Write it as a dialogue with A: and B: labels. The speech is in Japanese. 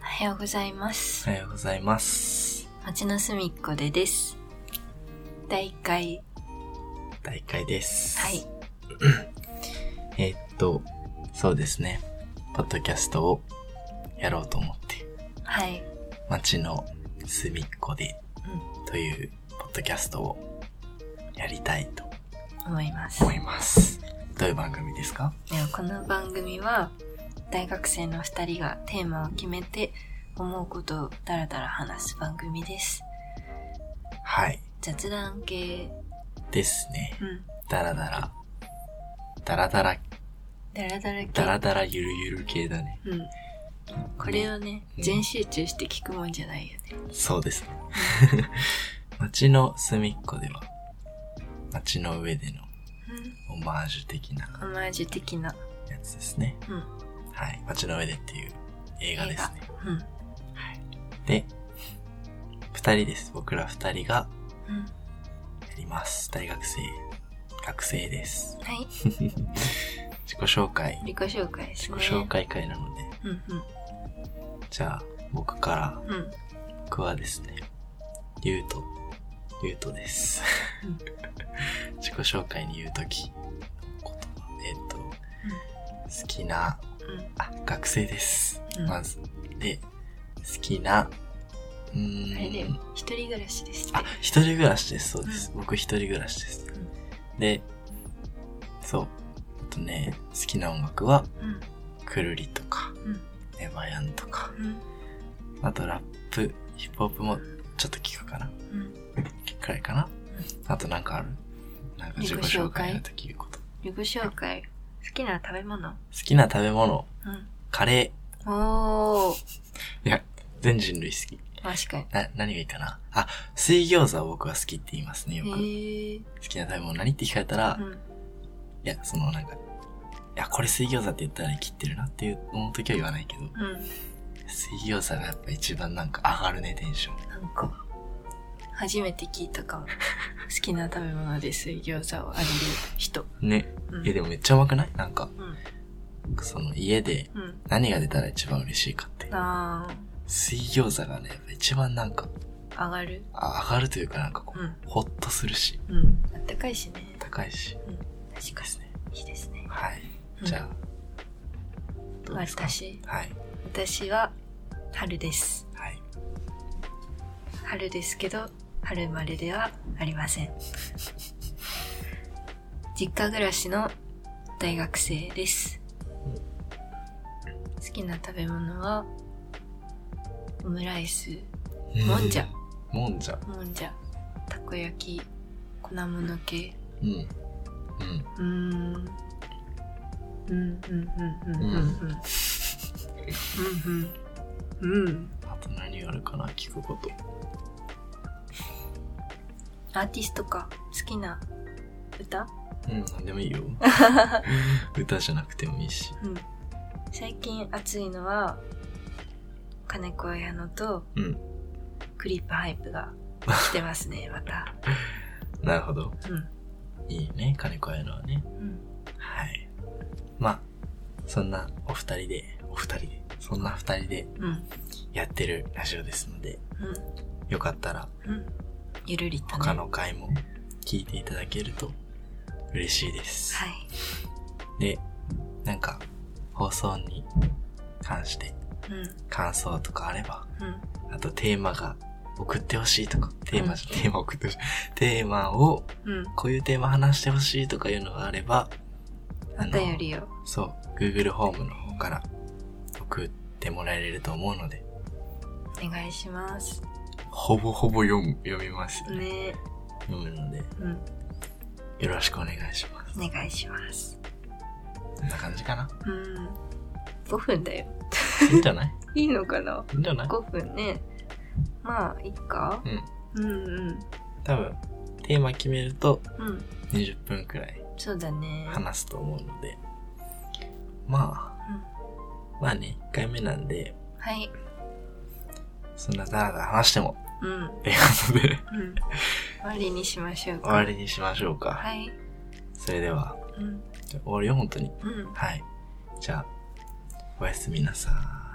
A: はようございます
B: お。はようございます。
A: 町の隅っこでです。第1回、
B: 大会です。
A: はい。。
B: えーっと、そうですね。ポッドキャストをやろうと思って、
A: はい。
B: 街の隅っこで
A: う
B: というポッドキャストをやりたいと
A: ん、思います。
B: 思います。どういう番組ですか
A: ではこの番組は、大学生の二人がテーマを決めて、思うことをだらだら話す番組です。
B: はい。
A: 雑談系、
B: ですね。
A: うん。
B: ダラダラ。ダラダラ、
A: だらだら系。
B: ダラダラゆるゆる系だね。
A: うん。これをね、
B: うん
A: 全集中して聞くもんじゃないよね。
B: そう ですね。 街の隅っこでは、街の上でのオマージュ的な
A: うん。オマージュ的な。
B: やつですね。
A: うん。
B: はい。街の上でっていう映画ですね。
A: うん。
B: で、二人です。僕ら二人が
A: うん。
B: やります。大学生、学生です。
A: はい。
B: 自己紹介、
A: 自己紹介です
B: 自己
A: ね。
B: 紹。介会なので、
A: うん
B: じゃあ僕から、
A: うん。うん。
B: 僕はですね、ゆうと、ゆうとです
A: うん。
B: 自己紹介に言うとき、言葉、えっ、と、好きな、
A: う
B: あ、学生です。
A: ん。うん。
B: まず。で、好きな、うーん。
A: あれだよ一人暮らしですって
B: あ、一人暮らしです。そうです。僕一人暮らしです。で、そう。あとね、好きな音楽は、
A: うん
B: くるりとか、
A: うん
B: ネバヤンとか、
A: うん
B: あとラップ、ヒップホップもちょっと聞くかな
A: うん
B: くらいかなあとなんかあるなんか自己紹介の時言うこと。好
A: 自己紹介好きな食べ物
B: きな食べ物、
A: う
B: カレ
A: んおお
B: ー。いや、全人類好き。
A: 確かに
B: な、何がいいかなあ、水餃子を僕は好きって言いますね、よく。好
A: へえ
B: きな食べ物何って聞かれたら、
A: う
B: い
A: ん
B: や、そのなんか、いや、これ水餃子って言ったら切ってるなっていう思う時は言わないけど、
A: うん
B: 水餃子がやっぱ一番なんか上がるね、テンション。
A: なんか初めて聞いた かも好きな食べ物で水餃子をあげる人
B: ね。
A: うん
B: え、でもめっちゃうまくないなんか、
A: うん
B: その家で
A: うん
B: 何が出たら一番嬉しいかって。
A: あ
B: 水餃子がね、やっぱ一番なんか、
A: ー上がる
B: あ上がるというかなんかこう、
A: うん
B: ほっとするし、
A: うんあったかいしね
B: 高いし、
A: 確か
B: ですね。
A: にいいですね
B: はい。じゃあ、
A: う
B: ど
A: ん
B: うですか
A: 私
B: はい。
A: 私は春です
B: はい。
A: 春ですけど春生まれではありません実家暮らしの大学生です好きな食べ物はオムライスもんじゃ
B: もんじゃ。
A: もんじゃたこ焼き粉物系
B: うん。うん。
A: うーんうんうんうんうんうんうんうんうんうん
B: あと何があるかな聞くこと。
A: アーティストか好きな歌
B: うん、なんでも いいよ。歌じゃなくてもいいし。
A: うん、最近熱いのは金子綾乃と
B: うん。
A: クリップハイプが来てます ねまた
B: なるほど。
A: うん
B: いいね、金子やのはね。
A: うん
B: はい。まあ、そんなお二人で、お二人で、そんな二人で
A: うん
B: やってるラジオですので、
A: うん
B: よかったら
A: うんゆるりとね
B: 他の回も聞いていただけると嬉しいです。
A: はい
B: で、なんか、放送に関して
A: うん
B: 感想とかあれば、
A: うん
B: あとテーマが送ってほしいとか、テーマじゃ、
A: うん
B: テーマ送ってほしい。テーマを、
A: うん
B: こういうテーマ話してほしいとかいうのがあれば、あ
A: お
B: の、
A: 便りを
B: そう、Google ホームの方から送ってもらえると思うので、
A: お願いします
B: ほぼほぼ読む、読みます、
A: ね
B: 読むので、
A: うん
B: よろしくお願いします。
A: お願いします
B: こんな感じ かな。
A: うん5分だよ
B: いいんじゃない
A: いいのかない
B: いんじゃない
A: 5分ねまあいいか
B: うん。
A: うんうん
B: 多分、テーマ決めると
A: うん
B: 20分くらい
A: そうだね
B: 話すと思うので、
A: うん
B: まあ、まあね、1回目なんで、
A: はい
B: そんなダラダラ話しても、
A: うん
B: ということで、
A: うん終わりにしましょうか。
B: 終わりにしましょうか。
A: はい。
B: それでは、
A: うん。
B: じゃあ終わるよ、本当に。
A: うん。
B: はい。じゃあ、おやすみなさーい。